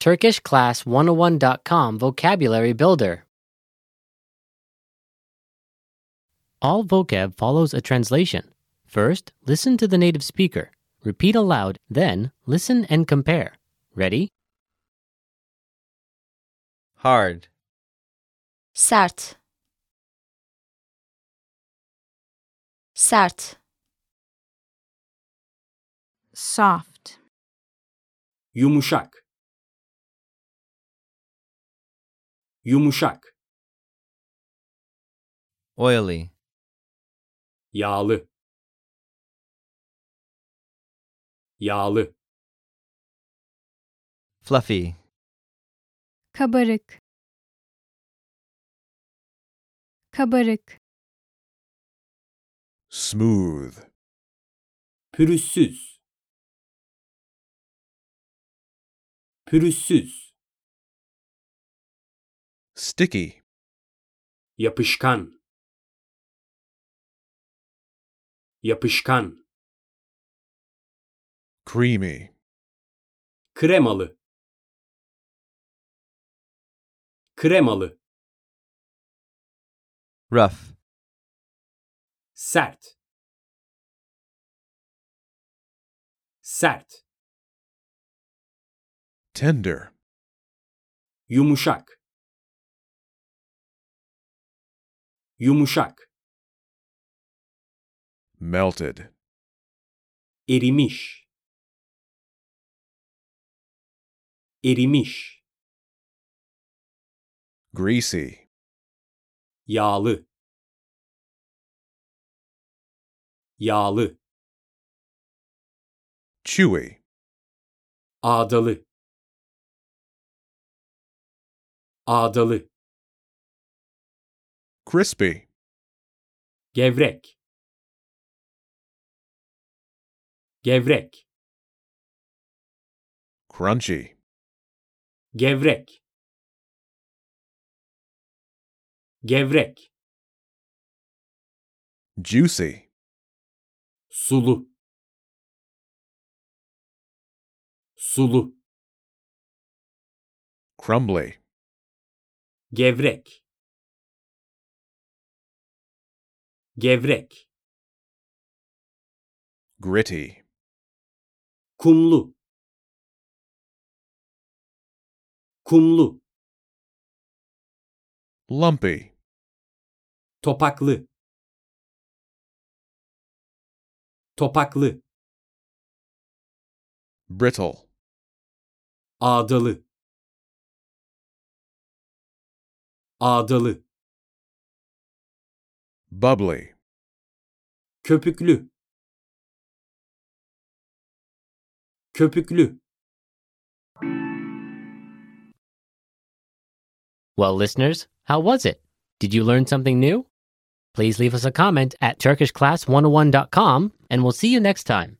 TurkishClass101.com Vocabulary Builder. All vocab follows a translation. First, listen to the native speaker. Repeat aloud, then, listen and compare. Ready? hard, sert sert soft, yumuşak yumuşak oily, yağlı yağlı fluffy, kabarık, kabarık, smooth, pürüzsüz pürüzsüz sticky, yapışkan yapışkan creamy, kremalı kremalı rough, sert sert tender, yumuşak yumuşak melted, erimiş erimiş greasy, yağlı yağlı chewy, ağdalı ağdalı crispy, gevrek gevrek crunchy, gevrek gevrek juicy, Sulu. Sulu. crumbly, Gevrek. Gevrek. gritty, Kumlu. Kumlu. lumpy, Topaklı. Topaklı. brittle, Ağdalı. Ağdalı. bubbly, Köpüklü. Köpüklü. Well, listeners, how was it? Did you learn something oh new? Please leave us a comment at TurkishClass101.com and we'll see you next time.